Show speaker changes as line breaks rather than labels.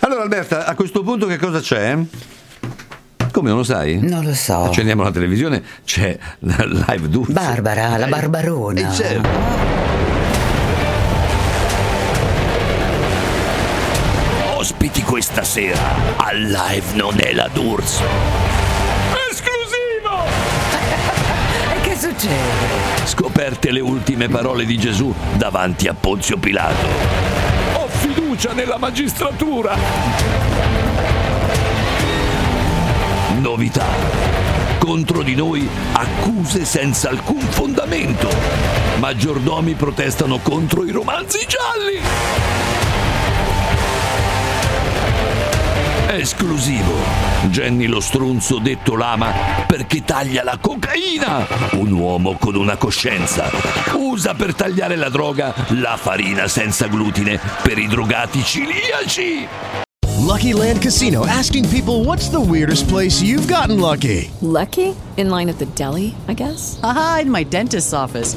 Allora Alberta, a questo punto che cosa c'è? Come non lo sai?
Non lo so.
Accendiamo la televisione, c'è la live Dulce.
Barbara, la Barbarona.
E certo.
Ospiti questa sera al live non è la D'Urso. Esclusivo!
E che succede?
Scoperte le ultime parole di Gesù davanti a Ponzio Pilato. Ho fiducia nella magistratura. Novità. Contro di noi accuse senza alcun fondamento. Maggiordomi protestano contro i romanzi gialli. Esclusivo. Jenny lo strunzo detto lama perché taglia la cocaina. Un uomo con una coscienza. Usa per tagliare la droga la farina senza glutine per i drogati ciliaci.
Lucky Land Casino asking people what's the weirdest place you've gotten lucky?
Lucky? In line at the deli, I guess?
Aha, in my dentist's office.